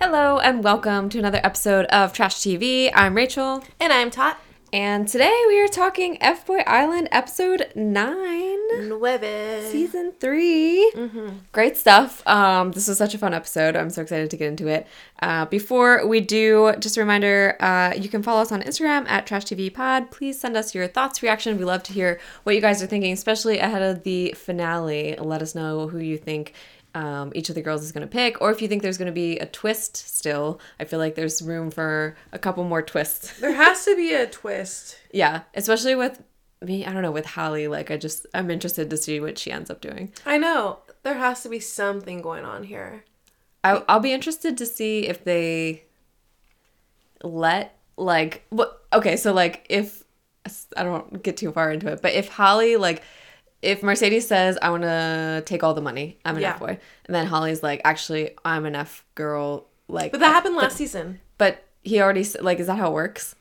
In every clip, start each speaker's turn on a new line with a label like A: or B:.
A: and welcome to another episode of Trash TV. I'm Rachel,
B: And I'm Tot
A: and today we are talking F Boy Island episode 9,
B: Nueve.
A: season 3. Great stuff. Um, this was such a fun episode. I'm so excited to get into it. Uh, before we do, just a reminder uh, you can follow us on Instagram at Trash TV Pod. Please send us your thoughts, reaction. We love to hear what you guys are thinking, especially ahead of the finale. Let us know who you think um, each of the girls is going to pick, or if you think there's going to be a twist still. I feel like there's room for a couple more twists.
B: There has to be a twist.
A: yeah, especially with me. I don't know, with Hallie, like, I just, I'm interested to see what she ends up doing.
B: I know. There has to be something going on here.
A: I, I'll be interested to see if they let like what okay so like if I don't get too far into it but if Holly like if Mercedes says I want to take all the money I'm an
B: Yeah.
A: F boy and then Holly's like actually I'm an F girl like
B: But that happened last season.
A: but he already s- like is that how it works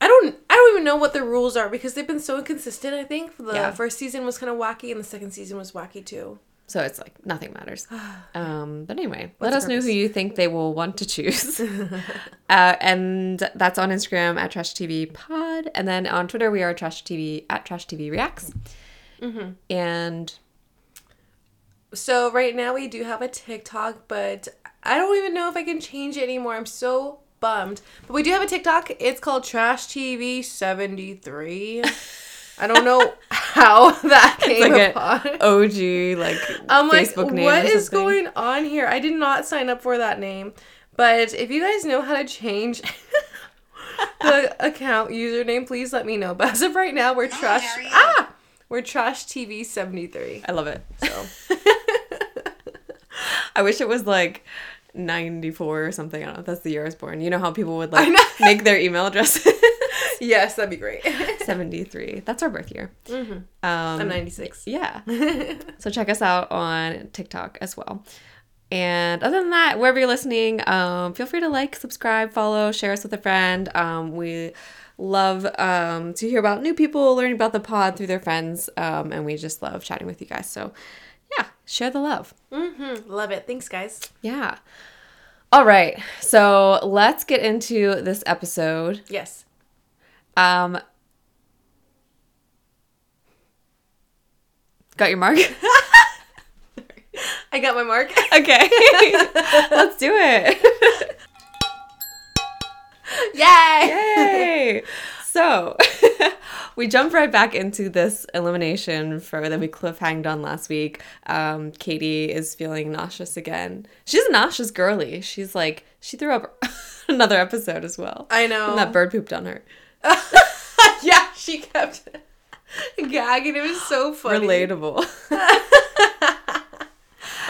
B: I don't I don't even know what the rules are because they've been so inconsistent, I think. The
A: Yeah.
B: first season was kind of wacky and the second season was wacky too.
A: so it's like nothing matters um but anyway let
B: the
A: us know who
B: purpose?
A: you think they will want to choose uh, and that's on instagram at trash tv pod and then on twitter we are trash tv at trash tv reacts Mm-hmm. and
B: So right now we do have a TikTok, but I don't even know if I can change it anymore. I'm so bummed. But we do have a TikTok. It's called Trash TV 73. I don't know how that came
A: like
B: upon.
A: a og like
B: I'm like,
A: facebook name
B: what
A: or
B: is
A: something.
B: going on here? I did not sign up for that name. But if you guys know how to change the account username, please let me know. But as of right now, we're trash.
C: there he is.
B: Ah, we're trash TV seventy three.
A: i love it
B: So
A: i wish it was like 94 or something i don't know if that's the year i was born you know how people would like
B: know.
A: make their email addresses
B: yes, that'd be great.
A: 73 that's our birth year um
B: I'm ninety six.
A: Yeah. so check us out on TikTok as well. And other than that, wherever you're listening, um, feel free to like, subscribe, follow, share us with a friend. Um, we love um, to hear about new people, learning about the pod through their friends, um, and we just love chatting with you guys. So, yeah, share the love.
B: Mm-hmm. Love it. Thanks, guys.
A: Yeah. All right. So let's get into this episode.
B: Yes.
A: Um, got your mark?
B: I got my mark.
A: Okay. Let's do it. Yay.
B: Yay!
A: So we jump right back into this elimination for that we cliffhanged on last week. Um, Katie is feeling nauseous again. She's a nauseous girly. She's like, she threw up another episode as well.
B: I know.
A: And that bird pooped on her.
B: yeah, she kept gagging. It was so funny.
A: Relatable.
B: I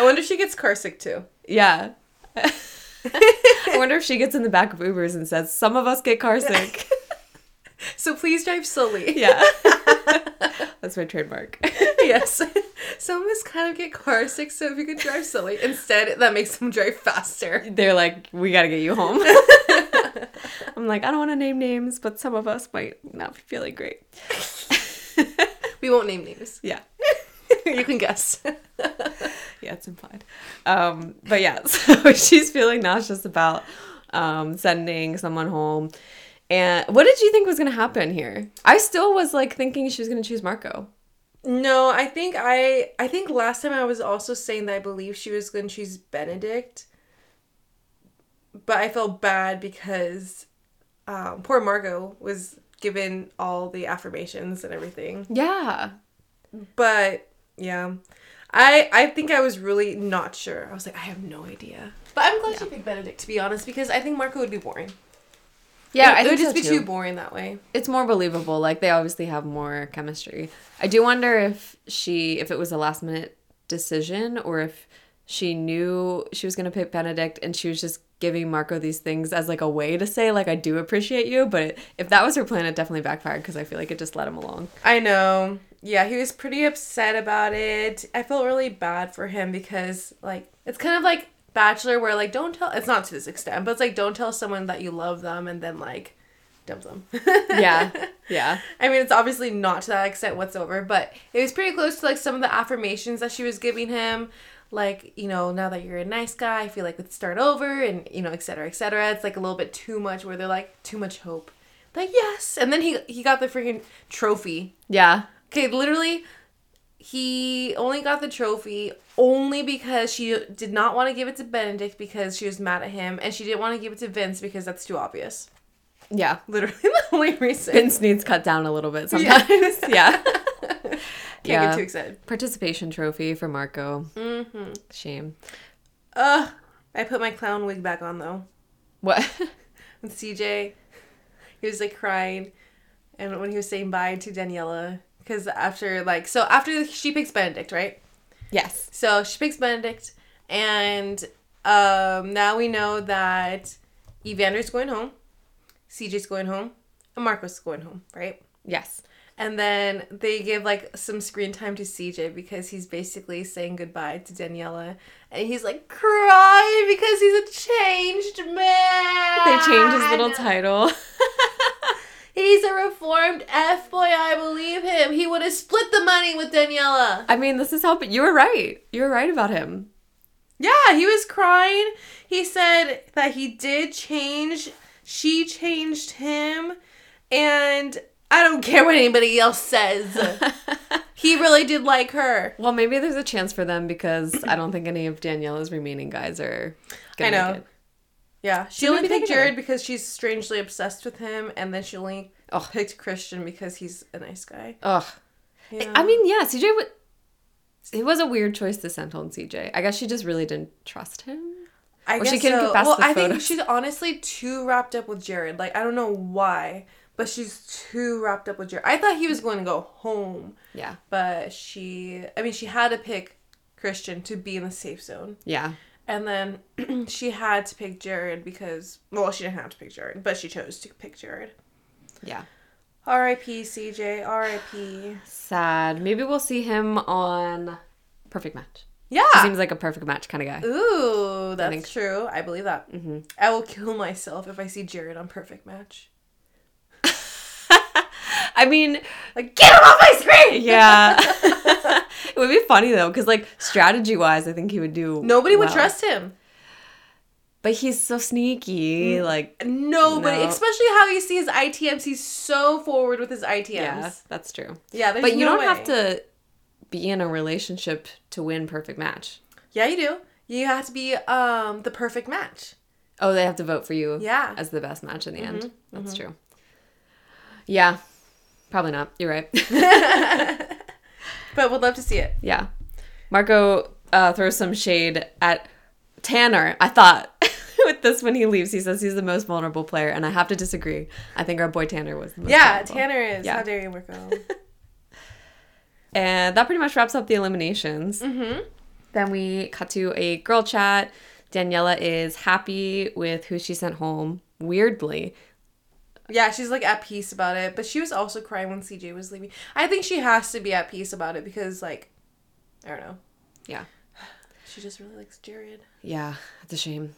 B: wonder if she gets car sick too.
A: yeah. I wonder if she gets in the back of Ubers and says, Some of us get car sick.
B: So please drive slowly.
A: Yeah. That's my trademark.
B: yes. Some of us kind of get car sick, so if you could drive slowly, instead that makes them drive faster.
A: they're like, we gotta get you home. I'm like, I don't want to name names, but some of us might not be feeling great.
B: We won't name names.
A: Yeah,
B: You can guess.
A: yeah, it's implied. Um, but yeah, so she's feeling nauseous about um, sending someone home. And what did you think was gonna happen here? I still was like thinking she was gonna choose Marco.
B: No, I think I I think last time I was also saying that I believe she was going to choose Benedict. But I felt bad because um, poor Margot was given all the affirmations and everything.
A: Yeah,
B: But yeah. I I think I was really not sure. I was like, I have no idea. But I'm glad she picked Benedict to be honest, because I think Marco would be boring.
A: yeah,
B: it,
A: I
B: it would
A: think
B: just be too
A: boring.
B: boring that way.
A: It's more believable. Like they obviously have more chemistry. I do wonder if she, if it was a last minute decision, or if she knew she was gonna pick Benedict and she was just giving Marco these things as like a way to say like I do appreciate you. But if that was her plan, it definitely backfired because I feel like it just let him along.
B: I know. Yeah, he was pretty upset about it. I felt really bad for him because like it's kind of like Bachelor where like don't tell it's not to this extent, but it's like don't tell someone that you love them and then like dump them.
A: Yeah, yeah,
B: I mean, it's obviously not to that extent whatsoever, but it was pretty close to like some of the affirmations that she was giving him. like you know now that you're a nice guy i feel like let's start over and you know et cetera et cetera it's like a little bit too much where they're like too much hope like yes and then he he got the freaking trophy
A: Yeah.
B: okay literally he only got the trophy only because she did not want to give it to benedict because she was mad at him and she didn't want to give it to vince because that's too obvious
A: Yeah.
B: literally the only reason
A: Vince needs cut down a little bit sometimes. Yeah.
B: can't
A: Yeah.
B: get too excited
A: Participation trophy for Marco. Mm-hmm. Shame.
B: Ugh. i put my clown wig back on though
A: What?
B: with CJ. He was like crying, and when he was saying bye to Daniela, because after like so after she picks Benedict, right?
A: yes.
B: So she picks Benedict, and um, now we know that Evander's going home, CJ's going home, and Marcos is going home, right?
A: Yes.
B: And then they give like some screen time to CJ because he's basically saying goodbye to Daniela, and he's like crying because he's a changed man.
A: They changed his little title.
B: He's a reformed F boy, I believe him. He would have split the money with Daniela.
A: I mean, this is how, but you were right. You were right about him.
B: Yeah, he was crying. He said that he did change. She changed him. And I don't care what anybody else says. he really did like her.
A: well, maybe there's a chance for them because I don't think any of Daniela's remaining guys are
B: I
A: gonna
B: know.
A: make it.
B: Yeah. She
A: So
B: only
A: maybe they
B: picked
A: can.
B: Jared because she's strangely obsessed with him. And then she only picked Christian because he's a nice guy.
A: Ugh.
B: Yeah.
A: I mean, yeah, CJ would. It was a weird choice to send on CJ. I guess she just really didn't trust him.
B: I
A: Or
B: guess
A: she couldn't
B: so.
A: get past
B: well,
A: the
B: I think
A: photos.
B: she's honestly too wrapped up with Jared. Like I don't know why, but she's too wrapped up with Jared. I thought he was going to go home,
A: Yeah.
B: but she I mean, she had to pick Christian to be in the safe zone.
A: Yeah.
B: And then she had to pick Jared because well, she didn't have to pick Jared, but she chose to pick Jared.
A: Yeah.
B: RIP CJ, RIP.
A: Sad. Maybe we'll see him on Perfect Match. He
B: Yeah.
A: seems like a perfect match kind of guy.
B: Ooh, that's
A: think-
B: true. I believe that. Mm-hmm. I will kill myself if I see Jared on Perfect Match.
A: I mean,
B: Like, get him off my screen!
A: yeah. it would be funny though, because like strategy wise, I think he would do.
B: Nobody would
A: well.
B: trust him.
A: But he's so sneaky.
B: Mm-hmm.
A: Like,
B: Nobody,
A: No.
B: especially how you see his ITMs. He's so forward with his ITMs.
A: yeah,
B: Yeah,
A: that's true.
B: there's
A: But you
B: no
A: don't have
B: way.
A: to be in a relationship to win Perfect Match.
B: Yeah, you do. You have to be um the perfect match.
A: Oh, they have to vote for you.
B: Yeah. Mm-hmm.
A: As the best match in the end. That's true. Yeah. Probably not. You're right.
B: But would love to see it.
A: yeah. Marco uh, throws some shade at Tanner, I thought, with this when he leaves. He says he's the most vulnerable player, and I have to disagree. I think our boy Tanner was the most
B: Yeah,
A: vulnerable.
B: Tanner is.
A: Yeah.
B: How dare you, Marco?
A: And that pretty much wraps up the eliminations. Mm-hmm. Then we cut to a girl chat. Daniela is happy with who she sent home, weirdly.
B: yeah, she's like at peace about it, but she was also crying when CJ was leaving. I think she has to be at peace about it because, like, I don't know.
A: Yeah.
B: She just really likes Jared.
A: Yeah, it's a shame.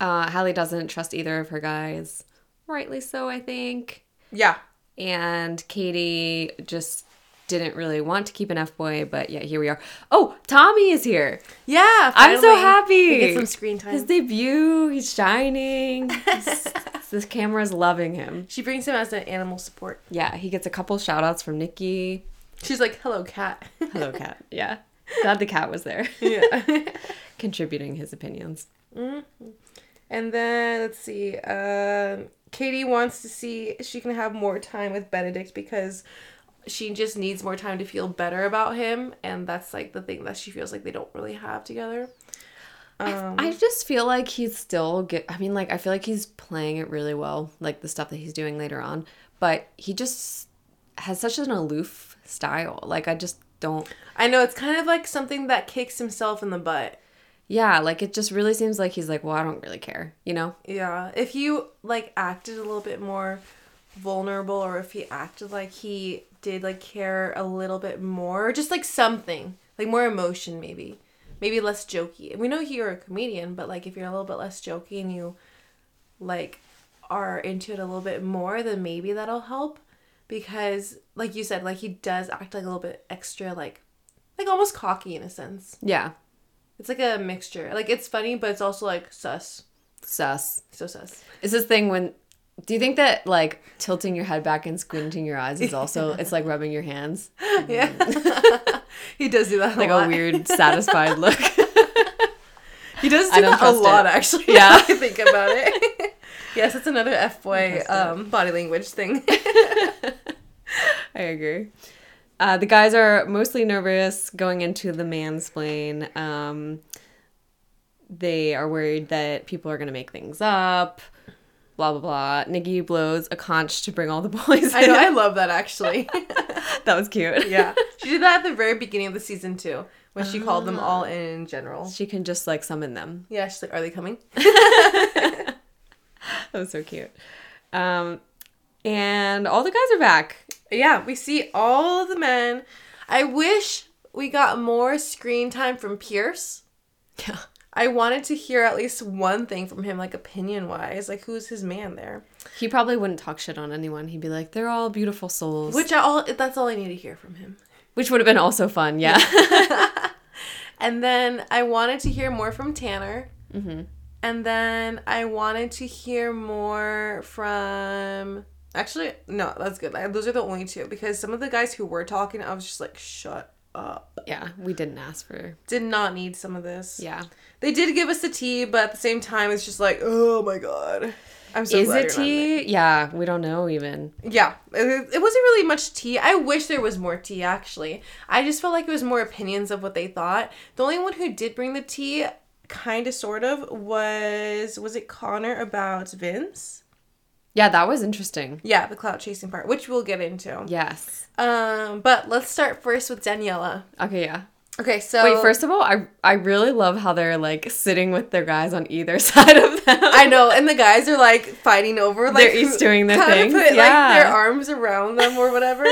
A: Uh, Hallie doesn't trust either of her guys. Rightly so, I think.
B: Yeah.
A: And Katie just didn't really want to keep an F boy, but yeah, here we are. Oh, Tommy is here.
B: Yeah.
A: I'm so
B: finally.
A: happy.
B: We Get some screen
A: His
B: time.
A: debut, he's shining. He's- this camera's loving him.
B: She brings him as an animal support.
A: Yeah, he gets a couple shout outs from Nikki.
B: She's like, hello, cat.
A: Hello, cat. Yeah. Glad the cat was there.
B: yeah.
A: Contributing his opinions.
B: And then let's see. Um, Katie wants to see if she can have more time with Benedict because she just needs more time to feel better about him, and that's like the thing that she feels like they don't really have together. Um,
A: I just feel like he's still get I mean like I feel like he's playing it really well like the stuff that he's doing later on but he just has such an aloof style like I just don't
B: I know it's kind of like something that kicks himself in the butt.
A: yeah like it just really seems like he's like well I don't really care you know
B: Yeah, if you like acted a little bit more vulnerable, or if he acted like he did like care a little bit more, or just like something like more emotion, maybe, maybe less jokey. And we know you're a comedian, but like if you're a little bit less jokey and you like are into it a little bit more, then maybe that'll help. Because like you said, like he does act like a little bit extra, like like almost cocky in a sense.
A: yeah
B: It's like a mixture. Like it's funny, but it's also like sus.
A: Sus.
B: So sus.
A: It's this thing when. Do you think that like tilting your head back and squinting your eyes is also it's like rubbing your hands
B: Yeah. he does do that a
A: like
B: lot.
A: a weird satisfied look?
B: He does
A: I
B: do
A: don't
B: that a
A: trust
B: lot
A: it.
B: actually.
A: Yeah.
B: now that I think about it. yes, it's another F boy
A: Don't trust
B: um, body language thing.
A: I agree. Uh, the guys are mostly nervous going into the mansplain. Um, they are worried that people are going to make things up. Blah blah blah. Nikki blows a conch to bring all the boys.
B: I know. I
A: in.
B: love that actually.
A: that was cute.
B: yeah, she did that at the very beginning of the season too, when she called them
A: Ah.
B: all in general.
A: she can just like summon them.
B: Yeah, she's like, "Are they coming?"
A: That was so cute. Um, and all the guys are back.
B: Yeah, we see all the men. I wish we got more screen time from Pierce.
A: Yeah.
B: I wanted to hear at least one thing from him, like opinion wise, like who's his man there.
A: He probably wouldn't talk shit on anyone. He'd be like, "They're all beautiful souls," which,
B: Which I all that's all I need to hear from him.
A: which would have been also fun. Yeah.
B: And then I wanted to hear more from Tanner. Mm-hmm. And then I wanted to hear more from. Actually, no, that's good. Like, those are the only two because some of the guys who were talking, I was just like, shut up.
A: yeah. We didn't ask for.
B: Did not need some of this.
A: Yeah.
B: They did give us the tea, but at the same time, it's just like, oh my god. I'm so
A: is
B: glad
A: it
B: you're not in
A: tea? Yeah, we don't know even.
B: it. Yeah, it, it wasn't really much tea. I wish there was more tea, actually. I just felt like it was more opinions of what they thought. The only one who did bring the tea, kind of, sort of, was was it Connor about Vince?
A: Yeah, that was interesting.
B: Yeah, the clout chasing part, which we'll get into.
A: Yes.
B: Um, but let's start first with Daniela.
A: Okay, yeah.
B: Okay, so
A: Wait, first of all, I I really love how they're like sitting with their guys on either side of them.
B: I know, and the guys are like fighting over like
A: They're each doing their
B: how to
A: things,
B: put,
A: yeah.
B: like their arms around them or whatever.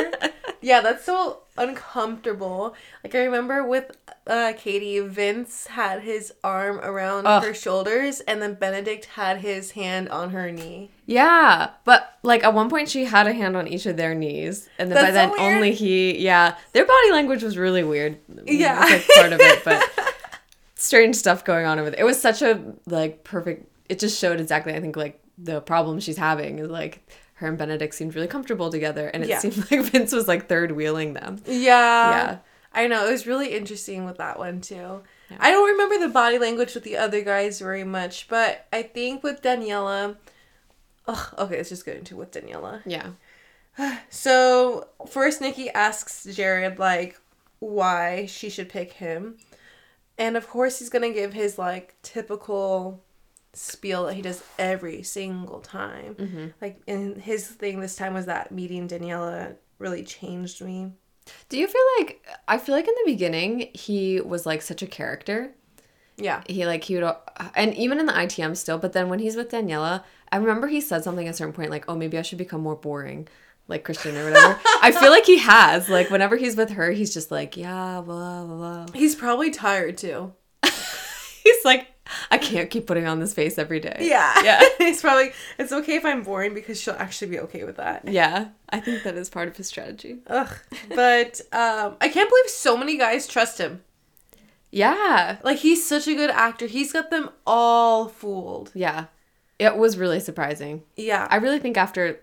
B: yeah, that's so uncomfortable. Like I remember with uh, Katie, Vince had his arm around
A: Ugh.
B: her shoulders, and then Benedict had his hand on her knee.
A: yeah, but like at one point she had a hand on each of their knees, and then by
B: That's
A: then
B: so weird.
A: only he. Yeah, their body language was really weird.
B: Yeah.
A: It's, like, part of it, but strange stuff going on over there. It was such a like perfect. It just showed exactly I think like the problem she's having is like. Her and Benedict seemed really comfortable together, and it
B: Yeah.
A: seemed like Vince was like third wheeling them.
B: Yeah,
A: Yeah.
B: I know it was really interesting with that one too. I don't remember the body language with the other guys very much, but I think with Daniela. Ugh, okay, let's just go into with Daniela.
A: Yeah.
B: So first, Nikki asks Jared like why she should pick him, and of course he's gonna give his like typical spiel that he does every single time. Like, and his thing this time was that meeting Daniela really changed me.
A: Do you feel like I feel like in the beginning he was like such a character.
B: Yeah,
A: He like he would and even in the ITM still, but then when he's with Daniela, I remember he said something at a certain point like, "Oh, maybe I should become more boring." Like Christian or whatever. I feel like he has. Like whenever he's with her, he's just like, yeah, blah, blah, blah.
B: he's probably tired too.
A: He's like, I can't keep putting on this face every day.
B: Yeah,
A: Yeah.
B: he's probably it's okay if I'm boring because she'll actually be okay with that.
A: Yeah. I think that is part of his strategy.
B: Ugh, but um, I can't believe so many guys trust him.
A: Yeah.
B: Like he's such a good actor. He's got them all fooled.
A: Yeah. It was really surprising.
B: Yeah.
A: I really think after,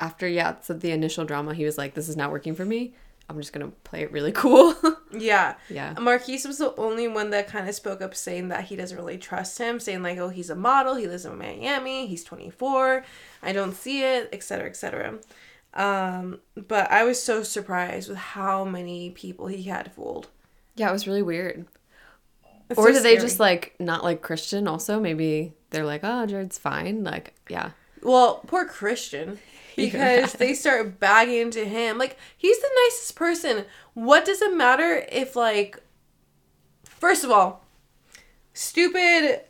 A: after yeah, so the initial drama, he was like, "This is not working for me. I'm just gonna play it really cool."
B: yeah.
A: yeah,
B: Marquise was the only one that kind of spoke up saying that he doesn't really trust him, saying like, "Oh, he's a model. He lives in Miami. He's 24. I don't see it, etc., etc." Um, but I was so surprised with how many people he had fooled.
A: yeah, it was really weird.
B: It's
A: or do
B: so
A: they
B: scary.
A: just like not like Christian? Also, maybe they're like, "Oh, Jared's fine." Like, yeah,
B: Well, poor Christian. Because they start bagging into him. Like, he's the nicest person. What does it matter if, like, first of all, stupid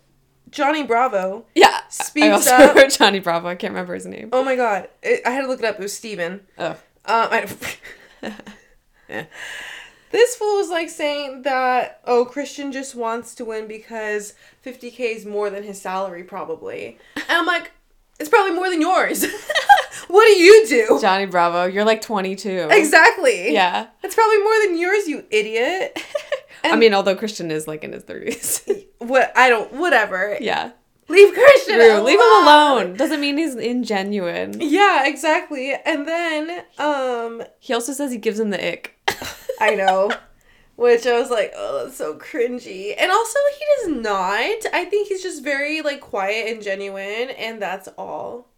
B: Johnny Bravo
A: yeah. I
B: speaks
A: also
B: up.
A: wrote Johnny Bravo. I can't remember his name.
B: Oh my god. It, I had to look it up. It was Steven.
A: Oh,
B: Um, I, this fool was like saying that, oh, Christian just wants to win because 50K is more than his salary, probably. And I'm like, it's probably more than yours. what do you do?
A: Johnny Bravo. You're like 22.
B: Exactly.
A: Yeah.
B: It's probably more than yours, you idiot.
A: I mean, although Christian is like in his 30s.
B: What I don't. Whatever.
A: yeah.
B: Leave Christian.
A: True. Leave him
B: alone.
A: alone. Doesn't mean he's ingenuine.
B: Yeah, exactly. And then, um,
A: He also says he gives him the ick.
B: I know. Which I was like, oh, that's so cringy. And also, he does not. I think he's just very, like, quiet and genuine, and that's all.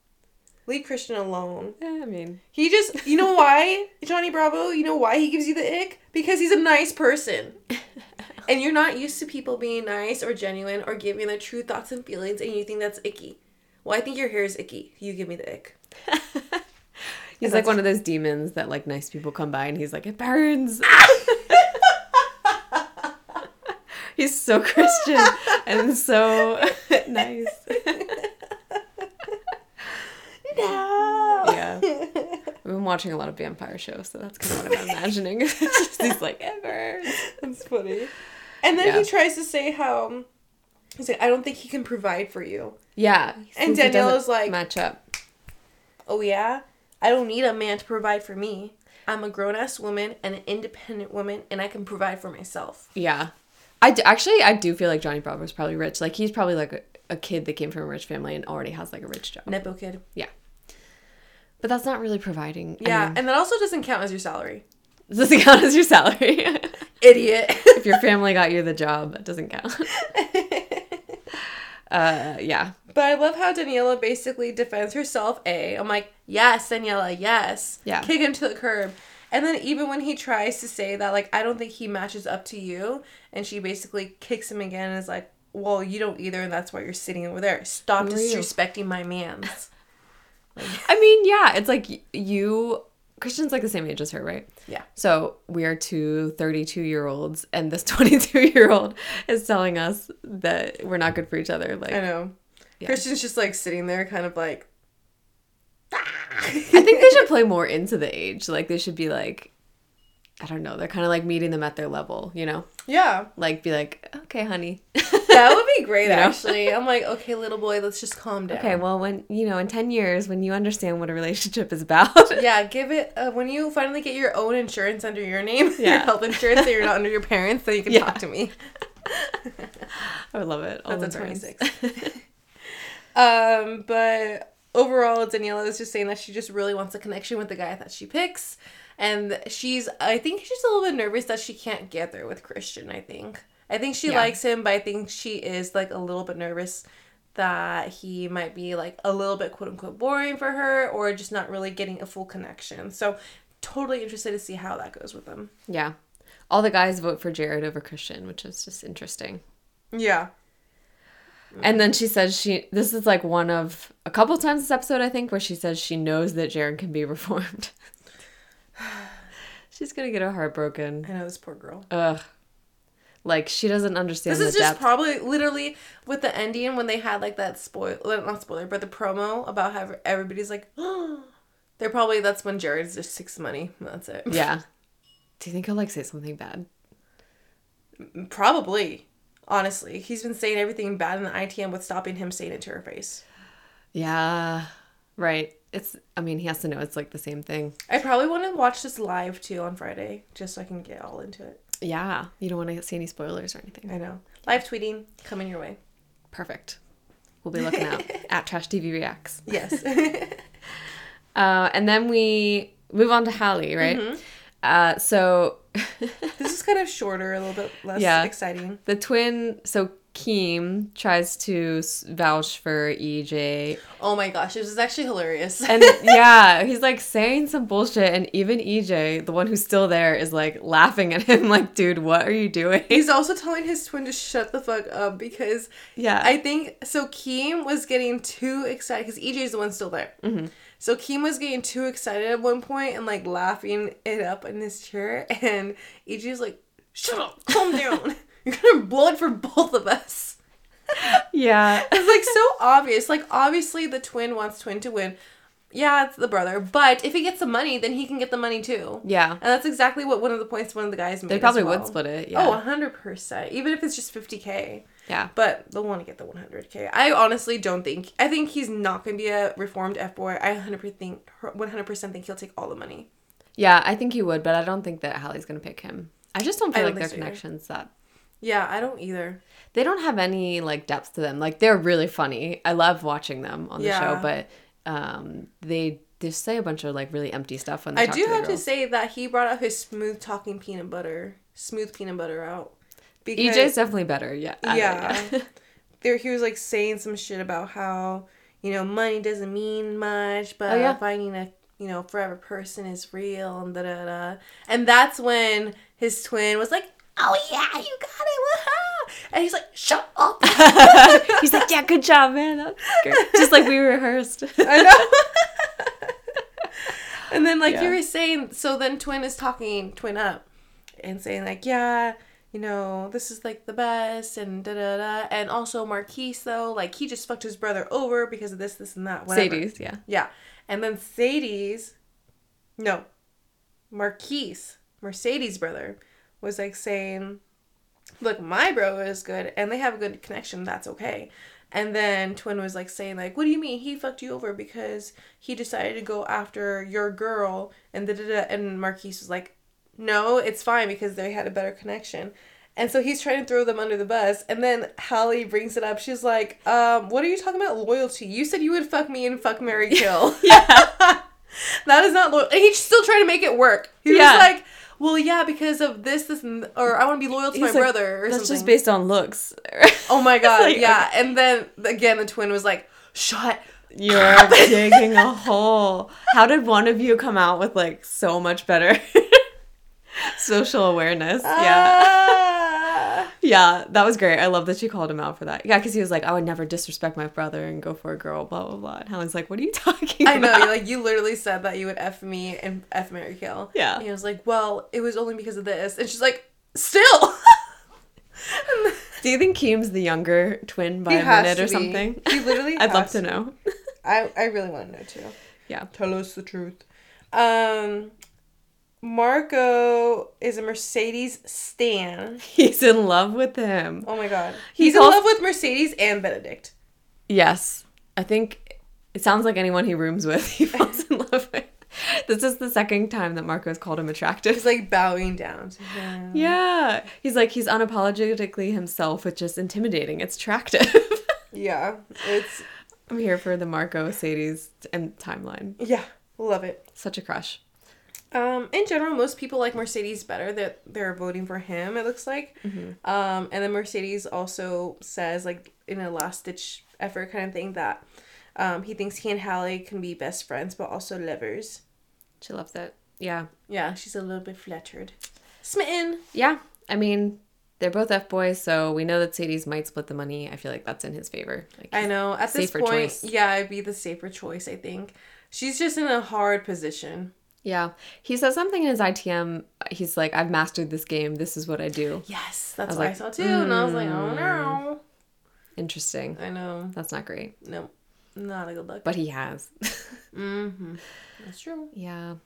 B: Leave Christian alone.
A: Yeah, I mean,
B: He just, you know why, Johnny Bravo? You know why he gives you the ick? Because he's a nice person. And you're not used to people being nice or genuine or giving their true thoughts and feelings, and you think that's icky. Well, I think your hair is icky. You give me the ick.
A: he's like one of those demons that like nice people come by and he's like, it burns. he's so Christian and so nice.
B: No!
A: Yeah. I've been watching a lot of vampire shows, so that's kind of what I'm imagining. It's just he's like, it burns.
B: That's funny. And then
A: Yeah.
B: he tries to say how he's like, I don't think he can provide for you.
A: Yeah.
B: And
A: since it
B: Danielle
A: doesn't
B: is like-
A: match up.
B: Oh yeah, I don't need a man to provide for me. I'm a grown ass woman and an independent woman, and I can provide for myself.
A: Yeah. I d- actually, I do feel like Johnny Bravo's probably rich. Like, he's probably like a, a kid that came from a rich family and already has like a rich job.
B: Nepo kid.
A: Yeah. But that's not really providing. I
B: Yeah,
A: mean,
B: and that also doesn't count as your salary.
A: it doesn't count as your salary.
B: Idiot.
A: if your family got you the job, it doesn't count. uh, yeah.
B: but I love how Daniela basically defends herself. A, I'm like, yes, Daniela, yes.
A: Yeah.
B: Kick him to the curb. And then even when he tries to say that, like, I don't think he matches up to you, and she basically kicks him again and is like, well, you don't either, and that's why you're sitting over there. Stop
A: Who are you?"
B: disrespecting my man's.
A: I mean, yeah, it's like y- you, Christian's like the same age as her, right?
B: Yeah.
A: So we are two 32 year olds, and this 22 year old is telling us that we're not good for each other. Like,
B: I
A: I
B: know.
A: Yeah.
B: Christian's just like sitting there, kind of like.
A: think they should play more into the age. Like, they should be like, I don't know, they're kind of like meeting them at their level, you know?
B: Yeah,
A: Like, be like, okay, honey.
B: that would be great.
A: know?
B: Actually, I'm like, okay, little boy, let's just calm down.
A: Okay, well, when you know, in ten years, when you understand what a relationship is about,
B: Yeah, give it uh, when you finally get your own insurance under your name, your
A: Yeah.
B: health insurance, so you're not under your parents, then you can talk to me.
A: I would love it. All
B: That's a
A: embarrassed.
B: 26. um, but overall, Daniela was just saying that she just really wants a connection with the guy that she picks, and she's I think she's a little bit nervous that she can't get there with Christian. I think I think she
A: Yeah.
B: likes him, but I think she is like a little bit nervous that he might be like a little bit quote unquote boring for her or just not really getting a full connection. So totally interested to see how that goes with them.
A: yeah, all the guys vote for Jared over Christian, which is just interesting.
B: Yeah.
A: And then she says she. This is like one of a couple times this episode, I think, where she says she knows that Jared can be reformed. She's gonna get her heart broken.
B: I know this poor girl.
A: Ugh. Like she doesn't understand
B: This
A: the
B: is just
A: depth.
B: probably literally with the ending when they had like that spoil well, not spoiler but the promo about how everybody's like they're probably that's when Jared just takes the money and that's it
A: yeah. Do you think he'll like say something bad?
B: probably honestly he's been saying everything bad in the ITM with stopping him saying it to her face
A: Yeah. Right. It's. I mean, he has to know it's like the same thing.
B: I probably want to watch this live too on Friday just so I can get all into it
A: Yeah, you don't want to see any spoilers or anything.
B: I know live tweeting coming your way
A: Perfect. We'll be looking out at Trash TV Reacts.
B: yes
A: Uh, and then we move on to Hallie, right?
B: Mm-hmm.
A: Uh, so
B: this is kind of shorter a little bit less
A: Yeah.
B: exciting
A: the twin, so Keem tries to s- vouch for EJ.
B: oh my gosh this is actually hilarious
A: And yeah, he's like saying some bullshit. And even EJ, the one who's still there, is like laughing at him, like, dude, what are you doing?
B: He's also telling his twin to shut the fuck up because
A: Yeah.
B: I think so. Keem was getting too excited because EJ is the one still there.
A: Mm-hmm.
B: So Keem was getting too excited at one point and like laughing it up in his chair, and EJ was like, "Shut up, calm down. You're gonna blow it for both of us."
A: yeah.
B: It's like so obvious. Like obviously the twin wants twin to win. Yeah, it's the brother, but if he gets the money, then he can get the money too.
A: Yeah.
B: And that's exactly what one of the points one of the guys made.
A: They
B: as
A: probably
B: well.
A: would split it. Yeah.
B: Oh, a 100%. Even if it's just 50K.
A: Yeah.
B: But they'll want to get the 100K. I honestly don't think. I think he's not going to be a reformed F boy. I 100% think, 100% think he'll take all the money.
A: Yeah, I think he would, but I don't think that Hallie's gonna pick him. I just don't feel
B: I don't
A: like their
B: think so either.
A: connection's that
B: Yeah, I don't either.
A: They don't have any like depth to them. Like they're really funny. I love watching them on the
B: Yeah.
A: show, but um, they just say a bunch of like really empty stuff when they
B: I
A: talk
B: do
A: to the
B: have to
A: girls.
B: say that he brought out his smooth talking peanut butter, smooth peanut butter out.
A: EJ's E definitely better. Yeah. at it,
B: Yeah. there he was like saying some shit about how you know money doesn't mean much, but
A: Oh, yeah.
B: finding a you know forever person is real and da da da. And that's when his twin was like, "Oh yeah, you got it!" Woo-ha! And he's like, "Shut up!"
A: He's like, yeah, good job, man. That's great. Just like we rehearsed.
B: I know. and then like you
A: Yeah.
B: were saying, so then Twin is talking Twin up, and saying like, yeah, you know, this is like the best, and da da da, and also Marquise though, like he just fucked his brother over because of this, this, and that, whatever.
A: Sadie's, yeah.
B: Yeah, and then Sadie's, no, Marquise, Mercedes' brother, was like saying, "Look, my bro is good, and they have a good connection. That's okay." And then Twin was like saying, "Like, what do you mean he fucked you over because he decided to go after your girl?" And da da da. And Marquise was like, "No, it's fine because they had a better connection." And so he's trying to throw them under the bus, and then Hallie brings it up. She's like, um, "What are you talking about loyalty? You said you would fuck me and fuck Mary kill."
A: Yeah.
B: That is not loyal. And he's still trying to make it work. He
A: Yeah.
B: was like, well, yeah, because of this, this, and th- or I want to be loyal to my
A: He's like,
B: brother or
A: That's
B: something.
A: just based on looks.
B: oh my god,
A: like,
B: yeah. And then again, the twin was like, shut.
A: You're digging a hole. How did one of you come out with like so much better social awareness? Yeah.
B: Yeah.
A: Yeah, that was great. I love that she called him out for that. Yeah, because he was like, I would never disrespect my brother and go for a girl, blah, blah, blah. And Helen's like, What are you talking
B: I know,
A: about?
B: you're like you literally said that you would f me and f Mary kill.
A: Yeah.
B: And he was like, well, it was only because of this, and she's like, still. And then-
A: Do you think Keem's the younger twin by
B: He
A: a
B: has
A: minute
B: to
A: or
B: be.
A: something?
B: He literally
A: I'd love
B: has
A: to
B: to
A: know.
B: I I really want to know too.
A: Yeah.
B: Tell us the truth. Um, Marco is a Mercedes stan.
A: He's in love with him.
B: Oh my god,
A: He's
B: he's, in
A: also-
B: love with Mercedes and Benedict.
A: Yes. I think it sounds like anyone he rooms with, he falls in love with. This is the second time that Marco's called him attractive.
B: He's like bowing down to him.
A: Yeah. He's like, he's unapologetically himself, which is intimidating. It's attractive.
B: Yeah, it's
A: I'm here for the Marco Sadie's and timeline.
B: yeah, love it.
A: Such a crush.
B: Um, in general, most people like Mercedes better. That they're, voting for him. It looks like.
A: Mm-hmm.
B: Um, and then Mercedes also says, like in a last ditch effort kind of thing, that um, he thinks he and Hallie can be best friends, but also lovers.
A: She loves it. Yeah.
B: Yeah, she's a little bit flattered, smitten.
A: Yeah. I mean, they're both F boys, so we know that Sadie's might split the money. I feel like that's in his favor. Like,
B: I know. At this
A: Safer
B: point,
A: choice.
B: yeah, it'd be the safer choice. I think she's just in a hard position.
A: Yeah. He says something in his ITM. He's like, I've mastered this game. This is what I do.
B: Yes,
A: was
B: that's what I
A: like,
B: saw too, and I was like, oh no.
A: Interesting.
B: I know.
A: That's not great.
B: No, not a good look. Mm-hmm.
A: But he has.
B: that's true.
A: yeah.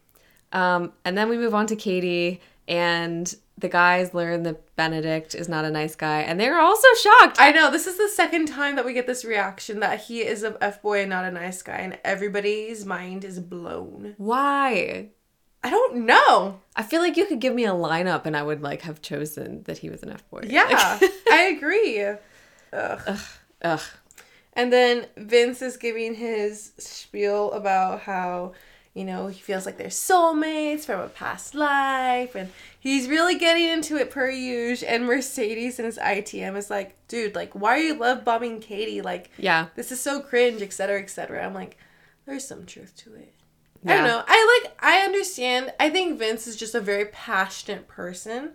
A: Um, and then we move on to Katie, and the guys learn that Benedict is not a nice guy, and they're also shocked.
B: I know. This is the second time that we get this reaction that he is a f boy and not a nice guy, and everybody's mind is blown.
A: Why?
B: I don't know.
A: I feel like you could give me a lineup and I would like have chosen that he was an F boy.
B: Yeah,
A: Like,
B: I agree. Ugh.
A: ugh.
B: And then Vince is giving his spiel about how, you know, he feels like they're soulmates from a past life. And he's really getting into it per usual. And Mercedes in his ITM is like, dude, like, why are you love bombing Katie? Like,
A: Yeah.
B: this is so cringe, etc., etc. I'm like, there's some truth to it. I
A: Yeah.
B: don't know. I like. I understand. I think Vince is just a very passionate person,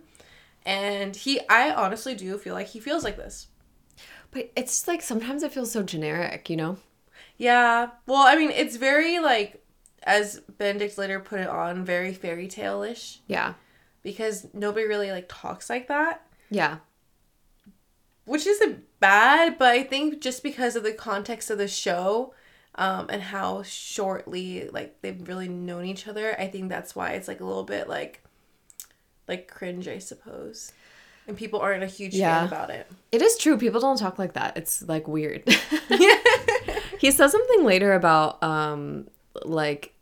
B: and he. I honestly do feel like he feels like this.
A: But it's just, like sometimes it feels so generic, you know?
B: Yeah. Well, I mean, it's very like, as Benedict later put it on, very fairy tale ish
A: Yeah.
B: because nobody really like talks like that.
A: Yeah.
B: which isn't bad, but I think just because of the context of the show um, and how shortly like they've really known each other, I think that's why it's like a little bit like like cringe, I suppose. And people aren't a huge
A: Yeah.
B: fan about it.
A: It is true. People don't talk like that. It's like weird. he says something later about um like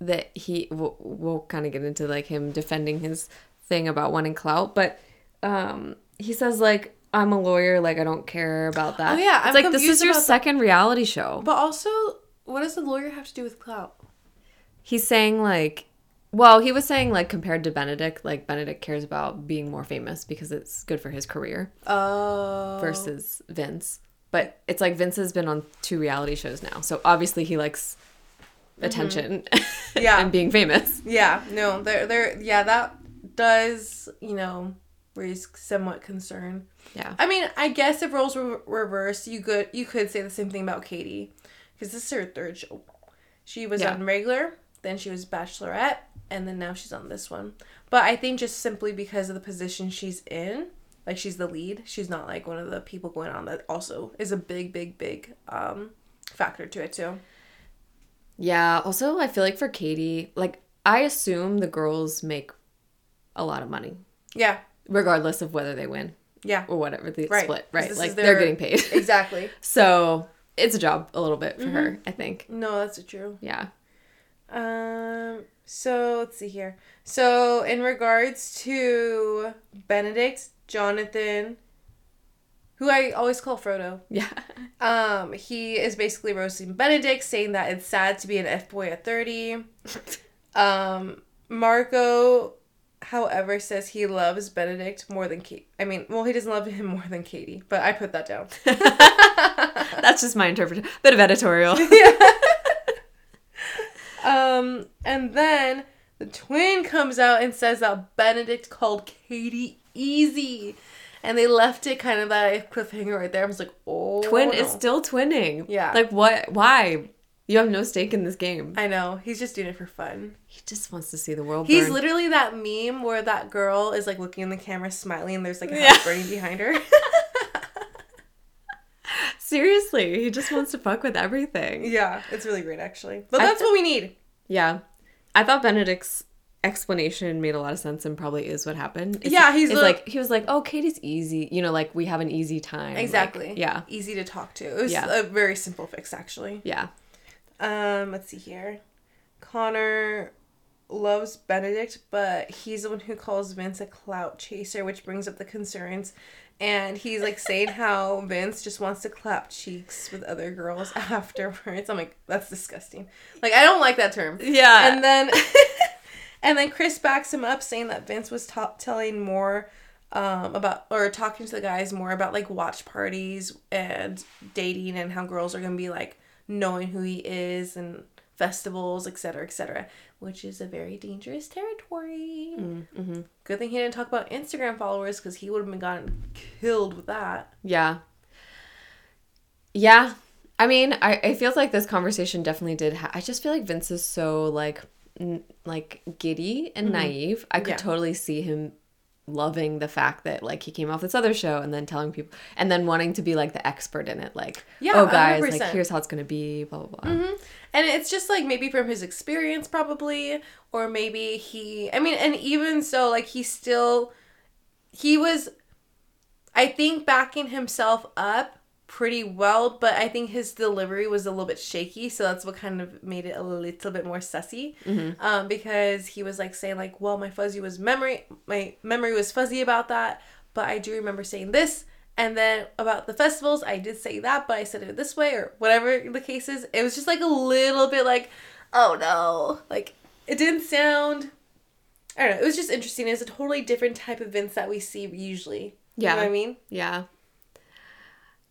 A: that he we'll, we'll kind of get into like him defending his thing about wanting clout, but um he says like I'm a lawyer, like I don't care about that.
B: Oh, yeah,
A: it's
B: I'm
A: like this is
B: confused
A: your
B: about the-
A: second reality show.
B: But also, what does the lawyer have to do with clout?
A: He's saying like, well, he was saying like compared to Benedict, like Benedict cares about being more famous because it's good for his career
B: Oh.
A: versus Vince. But it's like Vince has been on two reality shows now, so obviously he likes attention
B: Mm-hmm. Yeah.
A: and being famous.
B: Yeah, no, there, there, yeah, that does, you know, raise somewhat concern.
A: Yeah.
B: I mean, I guess if roles were reversed, you could you could say the same thing about Katie, because this is her third show. She was
A: Yeah.
B: on regular, then she was Bachelorette, and then now she's on this one. But I think just simply because of the position she's in, like she's the lead, she's not like one of the people going on that also is a big, big, big um factor to it too.
A: Yeah. Also, I feel like for Katie, like I assume the girls make a lot of money,
B: Yeah,
A: regardless of whether they win
B: yeah,
A: or whatever the
B: Right.
A: split,
B: 'Cause
A: right?
B: this
A: Like
B: is
A: they're
B: their-
A: getting paid.
B: exactly.
A: So it's a job a little bit for her,
B: Mm-hmm.
A: I think.
B: No, that's true.
A: Yeah.
B: Um. So let's see here. So in regards to Benedict, Jonathan, who I always call Frodo,
A: Yeah.
B: um, he is basically roasting Benedict, saying that it's sad to be an F boy at thirty. Um, Marco, however, says he loves Benedict more than Kate. I mean, well, he doesn't love him more than Katie, but I put that down.
A: That's just my interpretation. Bit of editorial.
B: Um, and then the twin comes out and says that Benedict called Katie easy, and they left it kind of that cliffhanger right there. I was like, oh,
A: Twin
B: no.
A: is still twinning.
B: Yeah.
A: Like what why? You have no stake in this game.
B: I know he's just doing it for fun.
A: He just wants to see the world.
B: He's
A: burn.
B: literally that meme where that girl is like looking in the camera, smiling, and there's like a
A: Yeah.
B: house burning behind her.
A: Seriously, he just wants to fuck with everything.
B: yeah, it's really great actually. But
A: I
B: that's
A: th-
B: what we need.
A: Yeah. I thought Benedict's explanation made a lot of sense and probably is what happened. It's-
B: Yeah, he's
A: it's
B: lit-
A: like he was like, "Oh, Katie's easy. You know, like we have an easy time." like,
B: Exactly.
A: yeah.
B: Easy to talk to. It was
A: Yeah.
B: a very simple fix actually.
A: Yeah.
B: Um, let's see here. Connor loves Benedict, but he's the one who calls Vince a clout chaser, which brings up the concerns. And he's like saying how Vince just wants to clap cheeks with other girls afterwards. I'm like, that's disgusting. Like, I don't like that term.
A: Yeah.
B: And then, and then Chris backs him up, saying that Vince was ta- telling more um, about or talking to the guys more about like watch parties and dating and how girls are gonna be like knowing who he is and festivals, etc., etc., which is a very dangerous territory. Good thing he didn't talk about Instagram followers because he would have been gotten killed with that.
A: Yeah. Yeah. I mean, I, I feel like this conversation definitely did. Ha- I just feel like Vince is so like, n- like giddy and naive. I could
B: Mm-hmm. Yeah.
A: totally see him loving the fact that like he came off this other show and then telling people and then wanting to be like the expert in it. Like,
B: Yeah,
A: oh guys, like
B: 100%.
A: here's how it's gonna be. Blah blah blah.
B: And it's just like maybe from his experience, probably, or maybe he, I mean, and even so, like he still, he was, I think, backing himself up pretty well, but I think his delivery was a little bit shaky. So that's what kind of made it a little bit more sussy. Um, because he was like saying, like, well, my fuzzy was memory, my memory was fuzzy about that, but I do remember saying this. And then about the festivals, I did say that, but I said it this way or whatever the case is. It was just like a little bit like, oh no. Like, it didn't sound. I don't know. It was just interesting. It's a totally different type of Vince that we see usually. You
A: Yeah.
B: know what I mean?
A: Yeah.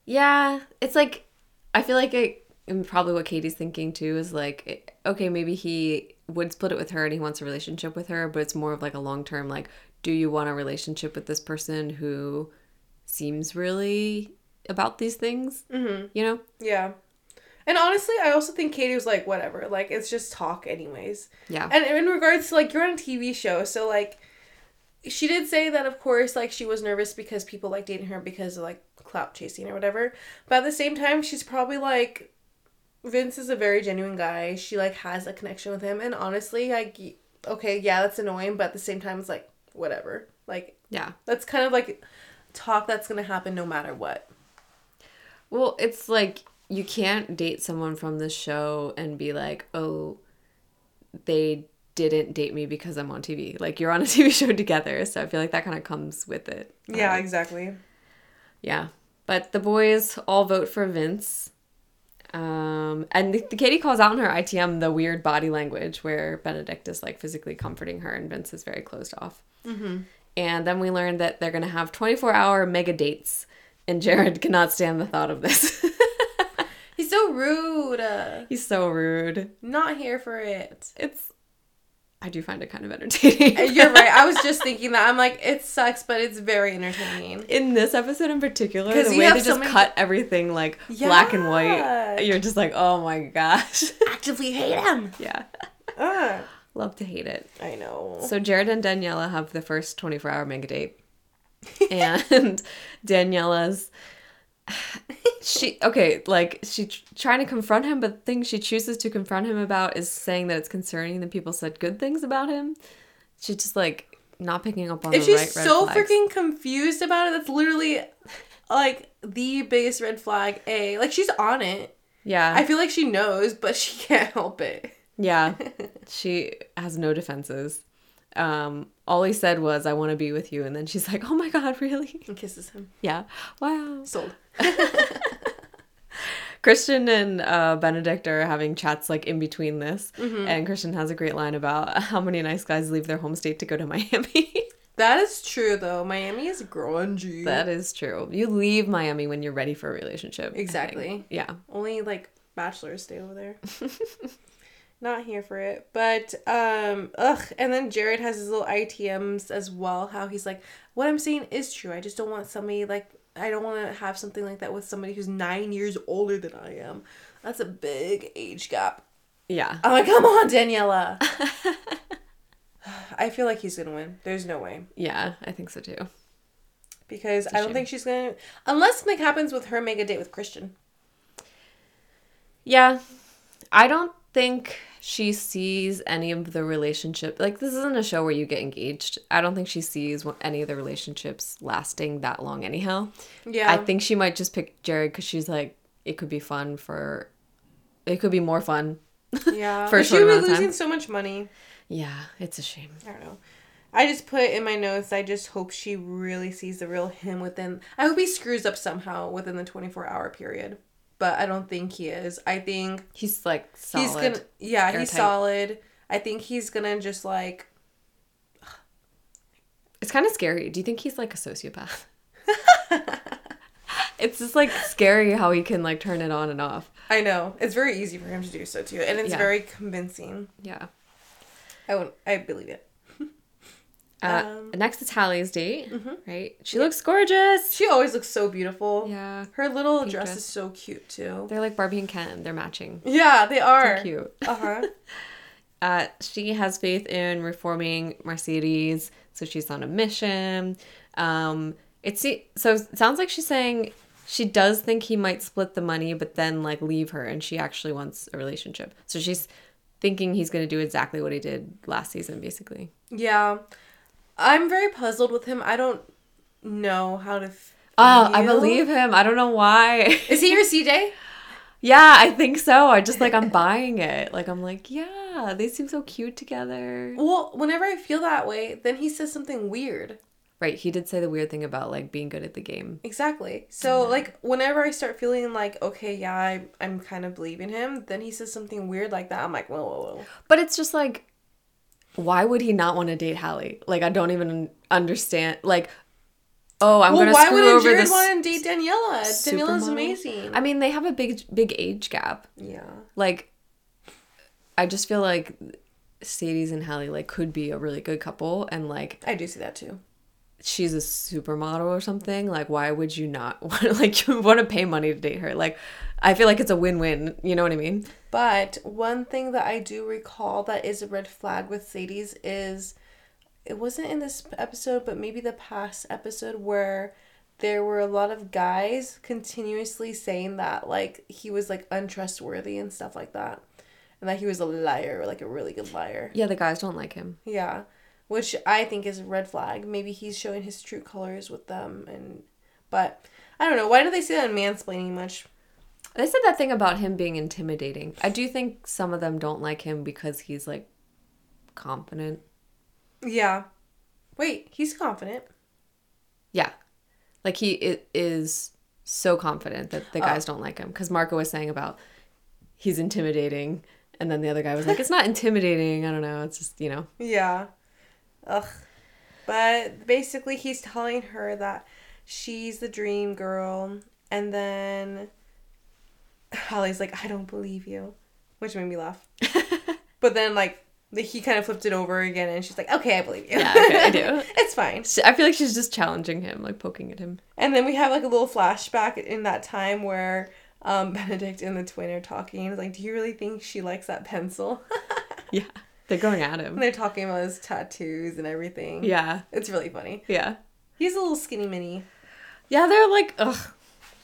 A: Yeah. It's like, I feel like it, and probably what Katie's thinking too is like, it- okay, maybe he would split it with her and he wants a relationship with her, but it's more of like a long term, like, do you want a relationship with this person who seems really about these things? Mm-hmm. You know?
B: Yeah. And honestly, I also think Katie was like, whatever. Like, it's just talk, anyways.
A: Yeah.
B: And in regards to like, you're on a TV show, so like, she did say that, of course, like she was nervous because people like dating her because of like clout chasing or whatever. But at the same time, she's probably like, Vince is a very genuine guy. She like has a connection with him, and honestly, like, y- okay, yeah, that's annoying, but at the same time, it's like whatever. Like,
A: Yeah.
B: that's kind of like talk that's gonna happen no matter what.
A: Well, it's like you can't date someone from the show and be like, oh, they didn't date me because I'm on TV. Like you're on a TV show together, so I feel like that kind of comes with it.
B: Yeah, exactly.
A: Yeah. But the boys all vote for Vince. Um, and the, the Katie calls out in her ITM the weird body language where Benedict is like physically comforting her and Vince is very closed off. And then we learn that they're going to have 24 hour mega dates, and Jared cannot stand the thought of this.
B: He's so rude. Uh,
A: He's so rude.
B: not here for it.
A: It's, I do find it kind of entertaining.
B: Uh, You're right. I was just thinking that. I'm like, it sucks, but it's very entertaining.
A: in this episode in particular,
B: 'Cause
A: the
B: you
A: way
B: have
A: they
B: so
A: just
B: many-
A: cut everything like black and
B: Yeah.
A: white, you're just like, oh my gosh.
B: Actively hate him.
A: yeah.
B: Uh,
A: Love to hate it.
B: I know.
A: So Jared and Daniela have the first 24 hour mega date. and Daniela's she okay, like she tr- trying to confront him, but the thing she chooses to confront him about is saying that it's concerning that people said good things about him. She's just like not picking up on
B: if
A: the
B: she's
A: right red
B: so
A: flags.
B: freaking confused about it, that's literally like the biggest red flag. A like she's on it.
A: yeah.
B: I feel like she knows, but she can't help it.
A: Yeah. she has no defenses. Um, all he said was, I want to be with you. And then she's like, oh my God, really?
B: And kisses him.
A: Yeah. Wow.
B: Sold.
A: Christian and uh, Benedict are having chats like in between this. And Christian has a great line about how many nice guys leave their home state to go to Miami.
B: That is true though. Miami is grungy.
A: that is true. You leave Miami when you're ready for a relationship. I think.
B: Exactly.
A: Yeah.
B: Only like bachelors stay over there. Not here for it. But um ugh, and then Jared has his little ITMs as well, how he's like, What I'm saying is true. I just don't want somebody like I don't wanna have something like that with somebody who's nine years older than I am. That's a big age gap.
A: Yeah.
B: I'm like, come on, Daniela. I feel like he's gonna win. There's no way.
A: Yeah. I think so too.
B: Because I don't
A: shame.
B: think she's gonna unless something happens with her mega date with Christian.
A: Yeah. I don't think she sees any of the relationship. Like, this isn't a show where you get engaged. I don't think she sees wh- any of the relationships lasting that long, anyhow.
B: Yeah.
A: I think she might just pick Jared because she's like, it could be fun for. It could be more fun.
B: Yeah.
A: for a
B: but she
A: short
B: would
A: amount
B: be
A: of time.
B: losing so much money.
A: Yeah, it's a shame.
B: I don't know. I just put in my notes, I just hope she really sees the real him within. I hope he screws up somehow within the 24 hour period. But I don't think he is. I think
A: He's like solid.
B: he's gonna. Yeah,
A: Airtight.
B: he's solid. I think he's gonna just like.
A: It's kind of scary. Do you think he's like a sociopath? it's just like scary how he can like turn it on and off.
B: I know. It's very easy for him to do so too. And it's
A: Yeah.
B: very convincing.
A: Yeah.
B: I won't, I believe it.
A: Uh,
B: Um,
A: next is Hallie's date,
B: mm-hmm.
A: right? She looks gorgeous.
B: She always looks so beautiful.
A: Yeah.
B: Her little dress,
A: dress.
B: is so cute too.
A: They're like Barbie and Ken. They're matching.
B: Yeah, they are.
A: Cute.
B: Uh huh.
A: Uh, she has faith in reforming Mercedes, so she's on a mission. Um, it's so it sounds like she's saying she does think he might split the money, but then like leave her, and she actually wants a relationship. So she's thinking he's gonna do exactly what he did last season, basically.
B: Yeah. I'm very puzzled with him. I don't know how to. f-
A: Oh, I
B: feel.
A: believe him. I don't know why.
B: Is he your CJ?
A: yeah, I think so. I just like I'm buying it. Like I'm like, yeah, they seem so cute together.
B: Well, whenever I feel that way, then he says something weird.
A: Right, he did say the weird thing about like being good at the game.
B: Exactly. So, like, whenever I start feeling like, okay, yeah, I, I'm kind of believing him, then he says something weird like that. I'm like, whoa, whoa, whoa.
A: But it's just like, why would he not want to date Hallie? Like, I don't even understand. Like, oh, I'm
B: Well,
A: gonna
B: why
A: screw
B: wouldn't
A: over
B: Jared
A: this.
B: want to date Daniela? Daniela's
A: supermodel.
B: amazing.
A: I mean, they have a big, big age gap.
B: yeah.
A: Like, I just feel like Sadie's and Hallie like could be a really good couple, and like
B: I do see that too.
A: she's a supermodel or something. Like, why would you not want like you want to pay money to date her? Like, I feel like it's a win-win. You know what I mean?
B: But one thing that I do recall that is a red flag with Sadie's is it wasn't in this episode, but maybe the past episode where there were a lot of guys continuously saying that like he was like untrustworthy and stuff like that. And that he was a liar, like a really good liar.
A: Yeah, the guys don't like him.
B: Yeah. Which I think is a red flag. Maybe he's showing his true colors with them and but I don't know. Why do they say that in mansplaining much?
A: They said that thing about him being intimidating. I do think some of them don't like him because he's like confident.
B: Yeah. Wait, he's confident.
A: Yeah. Like he i- is so confident that the guys don't like him cuz Marco was saying about he's intimidating and then the other guy was like it's not intimidating, I don't know, it's just, you know.
B: Yeah. Ugh. But basically, he's telling her that she's the dream girl, and then Holly's like, "I don't believe you," which made me laugh. but then, like, the, he kind of flipped it over again, and she's like, "Okay, I believe you.
A: Yeah, okay, I do.
B: it's fine."
A: She- I feel like she's just challenging him, like poking at him.
B: And then we have like a little flashback in that time where um, Benedict and the twin are talking. Like, do you really think she likes that pencil?
A: Yeah. They're going at
B: and
A: him.
B: they're talking about his tattoos and everything.
A: Yeah.
B: It's really funny.
A: Yeah.
B: He's a little skinny mini.
A: Yeah, they're like, ugh,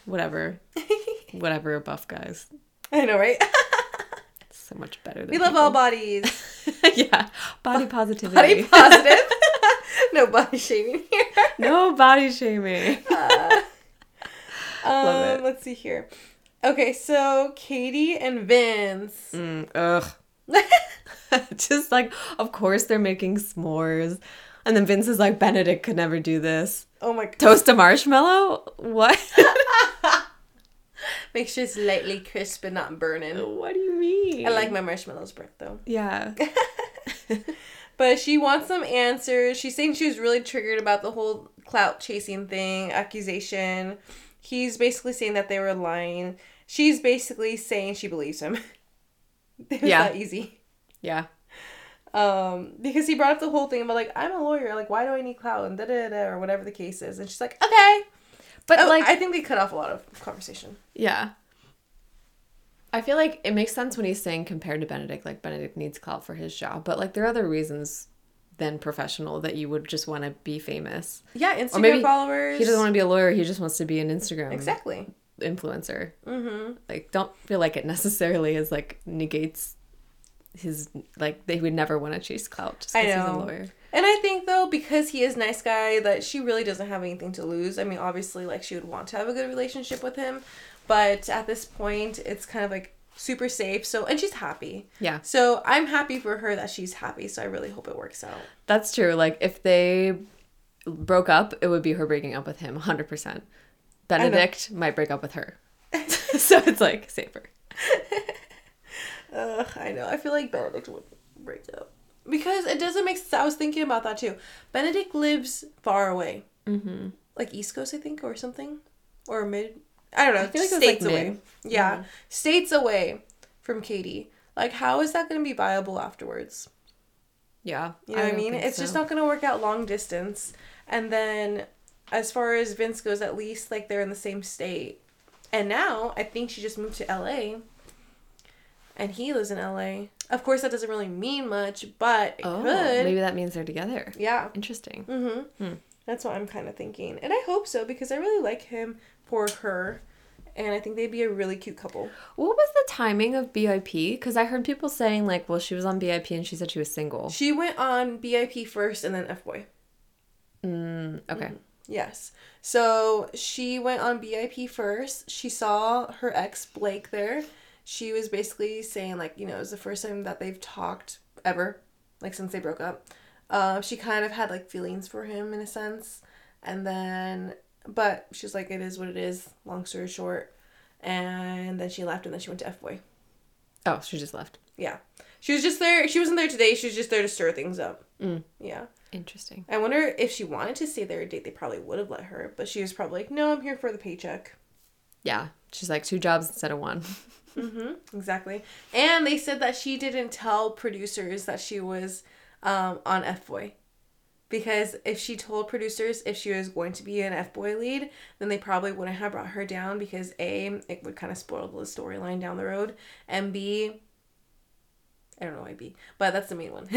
A: whatever. whatever, buff guys.
B: I know, right?
A: It's so much better than
B: we love all bodies.
A: people. yeah. Body positivity.
B: Body positive. no body shaming here.
A: no body shaming.
B: Um,
A: Love it.
B: Let's see here. Okay, so Katie and Vince.
A: Mm, ugh. Just like, of course they're making s'mores. And then Vince is like, Benedict could never do this.
B: Oh my god.
A: Toast a marshmallow? What?
B: Make sure it's lightly crisp and not burning.
A: what do you mean?
B: I like my marshmallows burnt though.
A: Yeah.
B: But she wants some answers. She's saying she was really triggered about the whole clout chasing thing, accusation. He's basically saying that they were lying. She's basically saying she believes him. it was
A: Yeah.
B: that easy.
A: Yeah.
B: Um, because he brought up the whole thing about like I'm a lawyer, like why do I need clout and da da da or whatever the case is, and she's like, okay.
A: But
B: Oh,
A: like,
B: I think they cut off a lot of conversation.
A: yeah. I feel like it makes sense when he's saying compared to Benedict, like Benedict needs clout for his job. But like, there are other reasons than professional that you would just want to be famous.
B: Yeah, Instagram
A: Or maybe
B: followers.
A: he doesn't want to be a lawyer, he just wants to be an Instagram
B: exactly.
A: influencer. Like, don't feel like it necessarily is like negates his like they would never want to chase clout just
B: I
A: because he's a
B: know.
A: lawyer.
B: And I think though, because he is nice guy, that she really doesn't have anything to lose. I mean, obviously, like she would want to have a good relationship with him, but at this point, it's kind of like super safe. So, and she's happy.
A: Yeah,
B: So I'm happy for her that she's happy. So I really hope it works out.
A: that's true. Like, if they broke up, it would be her breaking up with him, hundred percent. Benedict might break up with her, so it's like safer.
B: Ugh, I know. I feel like Benedict would break up because it doesn't make sense. I was thinking about that too. Benedict lives far away,
A: Mm-hmm.
B: like East Coast, I think, or something, or mid. I don't know.
A: feel like it was,
B: states
A: like,
B: away.
A: mid. Mm-hmm.
B: Yeah, states away from Katie. Like, how is that going to be viable afterwards?
A: Yeah,
B: You know what I
A: don't
B: mean?
A: think
B: It's just
A: so.
B: not going to work out long distance. And then, as far as Vince goes, at least like they're in the same state. And now I think she just moved to LA. And he lives in LA. Of course, that doesn't really mean much, but it
A: Oh,
B: could.
A: maybe Hmm. that means they're together.
B: Yeah.
A: Interesting.
B: Mm-hmm. That's what I'm kind of thinking. And I hope so because I really like him for her. And I think they'd be a really cute couple.
A: What was the timing of BIP? Because I heard people saying like, well, she was on BIP and she said she was single.
B: She went on BIP first and then F Boy.
A: Mm, okay.
B: Yes. So she went on BIP first. She saw her ex Blake there. She was basically saying like, you know, it was the first time that they've talked ever, like since they broke up. Uh, she kind of had like feelings for him in a sense, and then but she's like, it is what it is. Long story short, and then she left, and then she went to F boy.
A: Oh, she just left.
B: Yeah, she was just there. She wasn't there today. She was just there to stir things up.
A: Mm.
B: Yeah.
A: Interesting.
B: I wonder if she wanted to stay there a date, they probably would have let her, but she was probably like, no, I'm here for the paycheck.
A: Yeah. She's like two jobs instead of one.
B: Mm-hmm, exactly. And they said that she didn't tell producers that she was um, on F Boy. Because if she told producers if she was going to be an F Boy lead, then they probably wouldn't have brought her down because A, it would kind of spoil the storyline down the road, and B, I don't know why B, but that's the main one.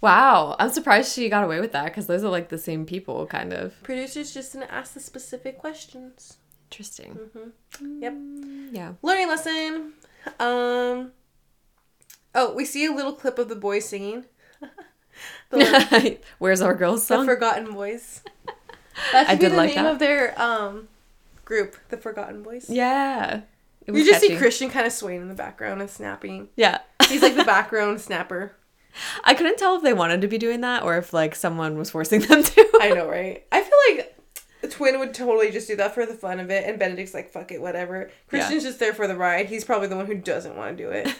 A: Wow. I'm surprised she got away with that because those are like the same people, kind of.
B: producers just didn't ask the specific questions.
A: Interesting.
B: Mm-hmm. Yep.
A: Yeah.
B: learning lesson. Um. Oh, we see a little clip of the boys singing. the, the
A: Where's our girls song?
B: Forgotten Boys. That
A: I
B: should be
A: did
B: the
A: like
B: name
A: that.
B: of their um group, the Forgotten Boys.
A: yeah. It
B: you just see
A: catchy.
B: Christian kind of swaying in the background and snapping.
A: Yeah.
B: He's like the background snapper.
A: I couldn't tell if they wanted to be doing that or if like someone was forcing them to.
B: I know, right? I feel like Twin would totally just do that for the fun of it, and Benedict's like, fuck it, whatever. Christian's just there for the ride. He's probably the one who doesn't want to do it.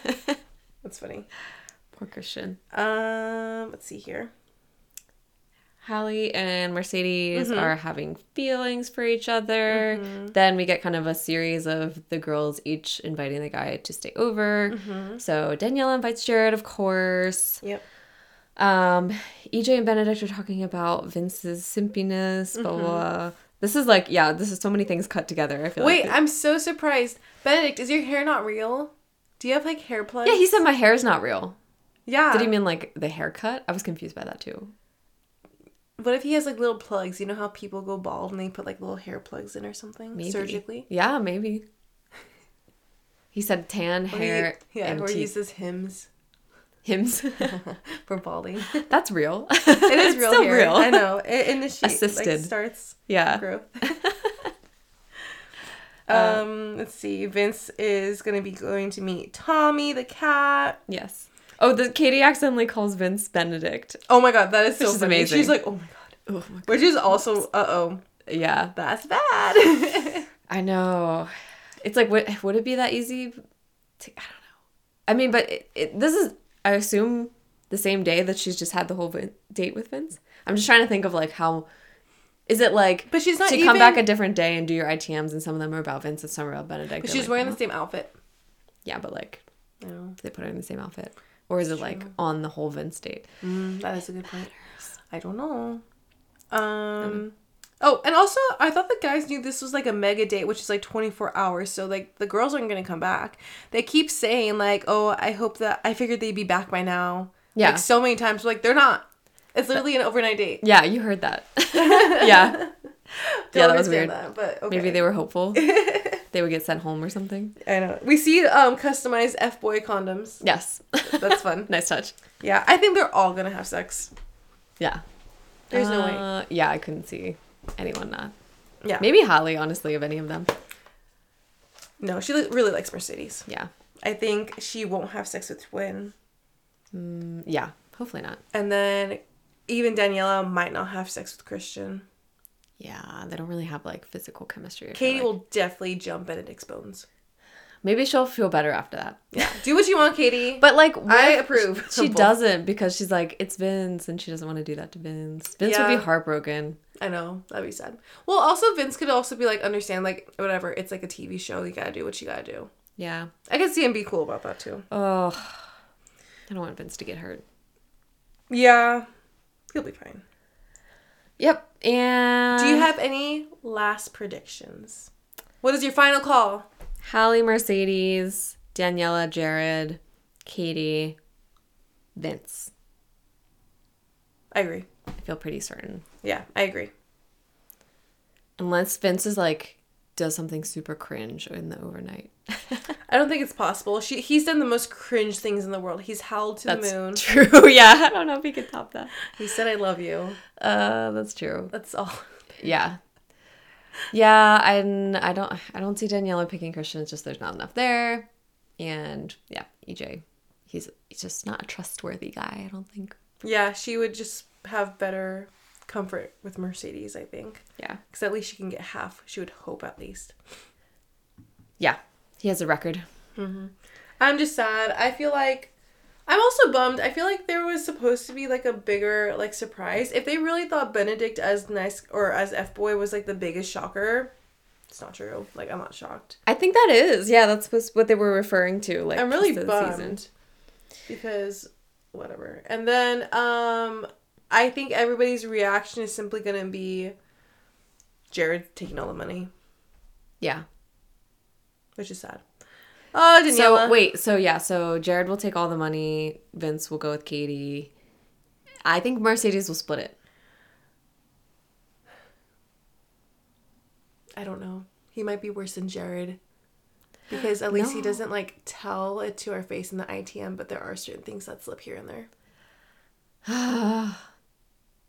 B: That's funny.
A: Poor Christian.
B: Um, let's see here.
A: Hallie and Mercedes
B: Mm-hmm.
A: are having feelings for each other. Then we get kind of a series of the girls each inviting the guy to stay over.
B: Mm-hmm.
A: So Danielle invites Jared, of course.
B: Yep.
A: Um, EJ and Benedict are talking about Vince's simpiness, blah, blah, blah. This is like, yeah, this is so many things cut together. I feel
B: Mm-hmm. Wait,
A: like.
B: I'm so surprised. Benedict, is your hair not real? Do you have like hair plugs?
A: Yeah, he said my hair is not real.
B: Yeah.
A: Did he mean like the haircut? I was confused by that too.
B: What if he has like little plugs? You know how people go bald and they put like little hair plugs in or something
A: Maybe.
B: surgically.
A: Yeah, maybe. He said tan,
B: Or
A: hair,
B: he, yeah,
A: and
B: or he
A: teeth.
B: uses hymns
A: Hims.
B: for balding.
A: That's real.
B: It is
A: It's
B: real
A: still
B: hair.
A: real.
B: I know. It initiates like
A: Assisted.
B: starts
A: Yeah.
B: growth. um, let's see. Vince is gonna be going to meet Tommy the cat.
A: Yes. Oh, the Katie accidentally calls Vince Benedict.
B: Oh my god, that is so
A: Which is
B: funny.
A: amazing.
B: She's like, oh my god,
A: Oh my
B: which is also uh oh,
A: Yeah.
B: that's bad.
A: I know. It's like would would it be that easy? To, I don't know. I mean, but it, it, this is I assume the same day that she's just had the whole Vin- date with Vince. I'm just trying to think of like how is it like
B: But she's not
A: so you come back a
B: even-
A: different day and do your ITMs and some of them are about Vince and some are about Benedict. and,
B: but she's
A: like,
B: wearing
A: oh.
B: the same outfit.
A: Yeah, but like
B: No,
A: they put her in the same outfit. Or is it like on the whole Vince date?
B: Mm, that is a good point. I don't know. Um. Oh, and also, I thought the guys knew this was like a mega date, which is like 24 hours. So, like, the girls aren't going to come back. They keep saying, like, oh, I hope that I figured they'd be back by now.
A: Yeah.
B: Like, so many times. Like, they're not. It's literally an overnight date.
A: Yeah, you heard that. yeah. yeah, that was weird.
B: Don't understand that, but okay.
A: Maybe they were hopeful they would get sent home or something.
B: I know. We see um customized F boy condoms.
A: Yes.
B: That's fun.
A: nice touch.
B: Yeah, I think they're all going to have sex.
A: Yeah.
B: There's no way.
A: Uh, Yeah, I couldn't see anyone not.
B: Yeah.
A: Maybe Holly, honestly, of any of them.
B: No, she li- really likes Mercedes.
A: Yeah.
B: I think she won't have sex with Twin.
A: Mm, yeah. Hopefully not.
B: And then even Daniela might not have sex with Christian.
A: Yeah, they don't really have like physical chemistry. I feel
B: Katie
A: like.
B: will definitely jump Benedict's bones.
A: Maybe she'll feel better after that.
B: Yeah. Do what you want, Katie.
A: But like, what
B: I
A: if
B: approve.
A: She
B: Both.
A: doesn't because she's like, it's Vince, and she doesn't want to do that to Vince. Vince would
B: Yeah.
A: be heartbroken.
B: I know, that'd be sad. Well, also Vince could also be like, understand, like, whatever, it's like a TV show, you gotta do what you gotta do.
A: Yeah.
B: I could see him be cool about that too.
A: Oh, I don't want Vince to get hurt.
B: Yeah. He'll be fine.
A: Yep. And
B: Do you have any last predictions? What is your final call?
A: Hallie, Mercedes, Daniela, Jared, Katie, Vince?
B: I agree.
A: I feel pretty certain.
B: Yeah, I agree.
A: Unless Vince is like does something super cringe in the overnight.
B: I don't think it's possible. She he's done the most cringe things in the world. He's howled to
A: That's
B: the moon.
A: true. Yeah, I don't know if he could top that.
B: He said I love you.
A: Uh, that's true.
B: That's all.
A: Yeah. Yeah, and I don't I don't see Daniela picking Christian, it's just there's not enough there. And yeah, EJ. He's he's just not a trustworthy guy, I don't think.
B: Yeah, she would just have better comfort with Mercedes, I think.
A: Yeah.
B: Because at least she can get half. She would hope at least.
A: Yeah. He has a record.
B: I'm just sad. I feel like I'm also bummed. I feel like there was supposed to be like a bigger like surprise. If they really thought Benedict as nice or as F boy was like the biggest shocker, it's not true. Like I'm not shocked.
A: I think that is. Yeah, that's was- what they were referring to. Like
B: I'm really
A: just the
B: bummed
A: season.
B: because whatever. And then um I think everybody's reaction is simply gonna be Jared taking all the money,
A: Yeah.
B: which is sad. Oh, Daniela.
A: So wait, so yeah, so Jared will take all the money, Vince will go with Katie. I think Mercedes will split it.
B: I don't know. He might be worse than Jared. Because at least he
A: No.
B: doesn't like tell it to our face in the ITM, but there are certain things that slip here and there.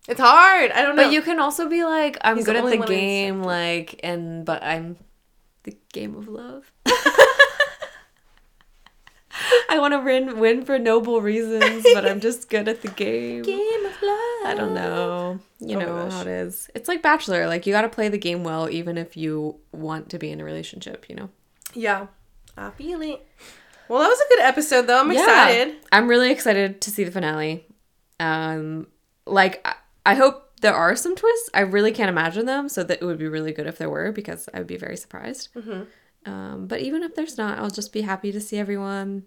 B: it's hard. I don't know.
A: But you can also be like, I'm
B: He's
A: good
B: the
A: at
B: only
A: the
B: one I
A: game, like, and but I'm the game of love. I I want to win, win for noble reasons, but I'm just good at the game.
B: Game of love.
A: I don't know. You
B: Oh my
A: know
B: gosh.
A: how it is. It's like Bachelor. Like, you got to play the game well, even if you want to be in a relationship, you know?
B: Yeah. I feel it. Well, that was a good episode, though. I'm
A: Yeah.
B: excited.
A: I'm really excited to see the finale. Um, like I, I hope there are some twists. I really can't imagine them, so that it would be really good if there were because I would be very surprised.
B: Mm-hmm.
A: Um, but even if there's not, I'll just be happy to see everyone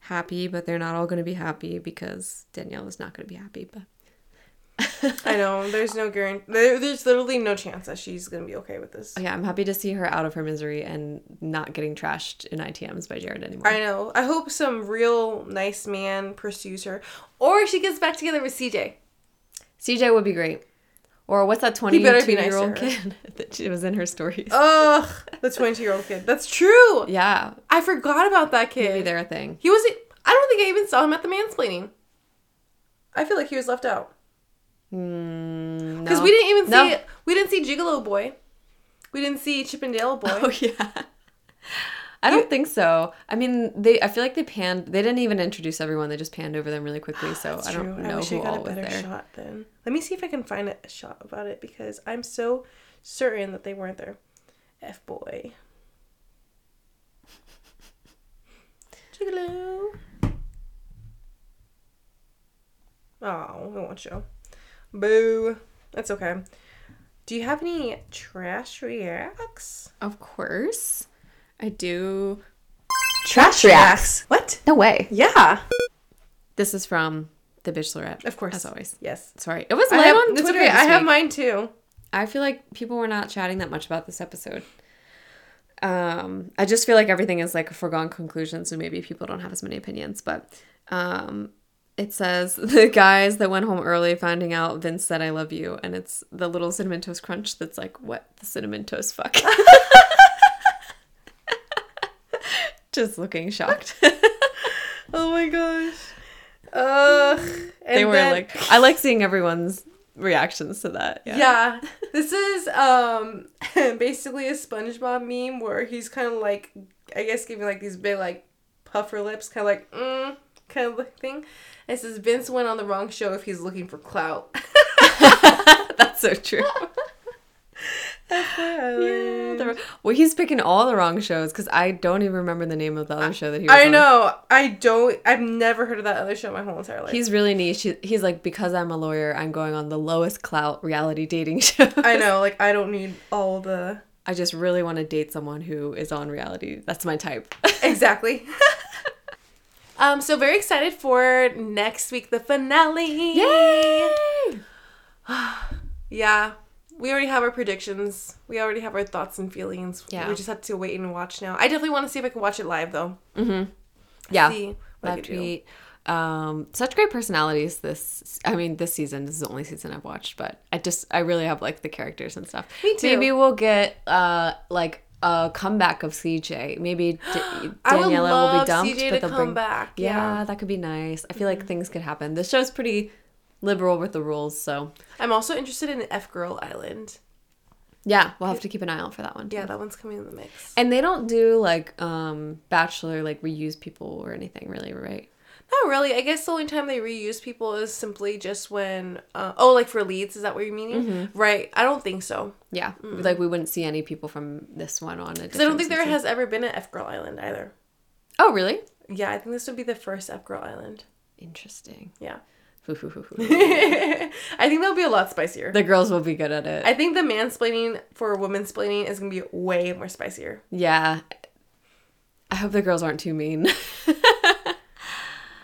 A: happy. But they're not all going to be happy because Danielle is not going to be happy. But
B: I know. There's no guarantee. There, there's literally no chance that she's going to be okay with this.
A: Oh, yeah, I'm happy to see her out of her misery and not getting trashed in ITMs by Jared anymore.
B: I know. I hope some real nice man pursues her. Or she gets back together with CJ.
A: CJ would be great. Or what's that
B: He better be nice to
A: 22-year-old
B: her.
A: kid that she was in her stories?
B: Ugh. The 20 year old kid. That's true.
A: Yeah,
B: I forgot about that
A: maybe
B: kid.
A: they're a thing.
B: He wasn't. I don't think I even saw him at the mansplaining. I feel like he was left out.
A: Because
B: Mm. Because we didn't even
A: No.
B: see we didn't see Gigolo Boy. We didn't see Chippendale Boy.
A: Oh yeah. I don't think so. I mean, they. I feel like they panned. They didn't even introduce everyone. They just panned over them really quickly. So I don't know who all was there.
B: shot then. Let me see if I can find a shot about it because I'm so certain that they weren't there. F boy. Gigolo. Oh, it won't show. Boo. That's okay. Do you have any trash reacts?
A: Of course, I do.
B: Trash reacts. What?
A: No way.
B: Yeah.
A: This is from the Bachelorette.
B: Of course.
A: as always.
B: Yes.
A: Sorry, it was
B: I
A: live
B: have,
A: on
B: it's
A: Twitter.
B: okay. I
A: this
B: have
A: week.
B: mine too.
A: I feel like people were not chatting that much about this episode. Um, I just feel like everything is like a foregone conclusion, so maybe people don't have as many opinions. But um, it says the guys that went home early finding out Vince said "I love you," and it's the little cinnamon toast crunch that's like, "What the cinnamon toast fuck?" just looking shocked.
B: Oh my gosh. Ugh. And
A: they were
B: then-
A: like, I like seeing everyone's reactions to that.
B: yeah. This is um basically a SpongeBob meme where he's kind of like, I guess, giving like these big like puffer lips, kind of like mm, kind of thing. And it says Vince went on the wrong show if he's looking for clout.
A: that's so true. Yeah,
B: I
A: the- well, he's picking all the wrong shows because I don't even remember the name of the other show that he was on.
B: know. I don't. I've never heard of that other show my whole entire life.
A: He's really niche. He- He's like, because I'm a lawyer, I'm going on the lowest clout reality dating show.
B: I know. Like I don't need all the
A: I just really want to date someone who is on reality. That's my type.
B: exactly. um, so very excited for next week, the finale.
A: Yay!
B: Yeah. We already have our predictions. We already have our thoughts and feelings.
A: Yeah.
B: We just have to wait and watch now. I definitely want to see if I can watch it live though.
A: Yeah.
B: See what I
A: Live
B: could do.
A: tweet. Um, such great personalities this I mean this season this is the only season I've watched but I just I really have liked the characters and stuff.
B: Me too.
A: Maybe we'll get uh like a comeback of CJ. Maybe D-
B: I
A: Daniela
B: would
A: will be
B: love
A: dumped but
B: CJ to Mm-hmm.
A: they'll
B: come
A: bring
B: back.
A: Yeah, that could be nice. I feel like things could happen. This show's pretty liberal with the rules, so
B: I'm also interested in F Girl Island.
A: yeah, we'll have to keep an eye out for that one. Too.
B: Yeah, that one's coming in the mix.
A: And they don't do like um bachelor like reuse people or anything really, right?
B: Not really. I guess the only time they reuse people is simply just when uh, oh, like for leads, is that what you're meaning?
A: Mm-hmm.
B: Right. I don't think so.
A: Yeah. Like we wouldn't see any people from this one on it.
B: Mm. Because I don't think there has ever been an F Girl Island either.
A: Oh, really?
B: Yeah, I think this would be the first F Girl Island.
A: Interesting.
B: Yeah.
A: the
B: I think that'll be a lot spicier.
A: girls will be good at it.
B: I think the mansplaining for womansplaining is gonna be way more spicier.
A: yeah. I hope the girls aren't too mean.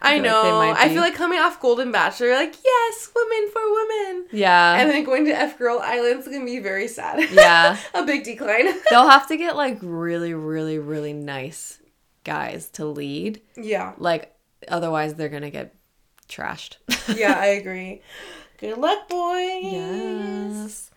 B: I,
A: feel like they
B: know.
A: might
B: I
A: be.
B: feel like coming off Golden Bachelor, you're like yes, women for women,
A: yeah.
B: and then going to F Girl Island's gonna be very sad.
A: Yeah.
B: a big decline.
A: They'll have to get like really, really, really nice guys to lead.
B: yeah,
A: Like, otherwise, they're going to get trashed.
B: yeah, I agree. Good luck, boys.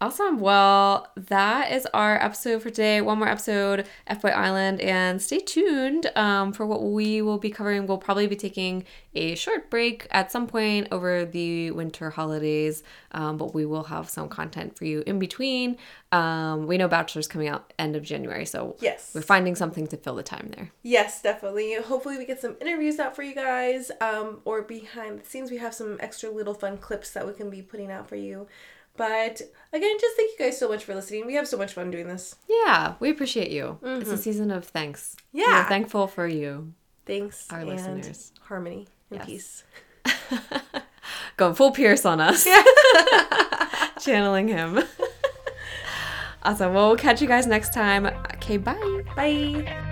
A: Awesome. Well, that is our episode for today. One more episode, F Boy Island, and stay tuned um, for what we will be covering. We'll probably be taking a short break at some point over the winter holidays, um, but we will have some content for you in between. Um, we know Bachelor's coming out end of January, so
B: Yes.
A: we're finding something to fill the time there.
B: Yes, definitely. Hopefully, we get some interviews out for you guys, um, or behind the scenes, we have some extra little fun clips that we can be putting out for you. But again, just thank you guys so much for listening. We have so much fun doing this.
A: Yeah, we appreciate you. It's a season of thanks.
B: Mm-hmm. Yeah.
A: We're thankful for you.
B: Thanks,
A: Our
B: and
A: listeners.
B: Harmony and
A: Yes.
B: peace.
A: Going full Pierce on us. Channeling him. awesome. Well, we'll catch you guys next time. Okay, bye.
B: Bye.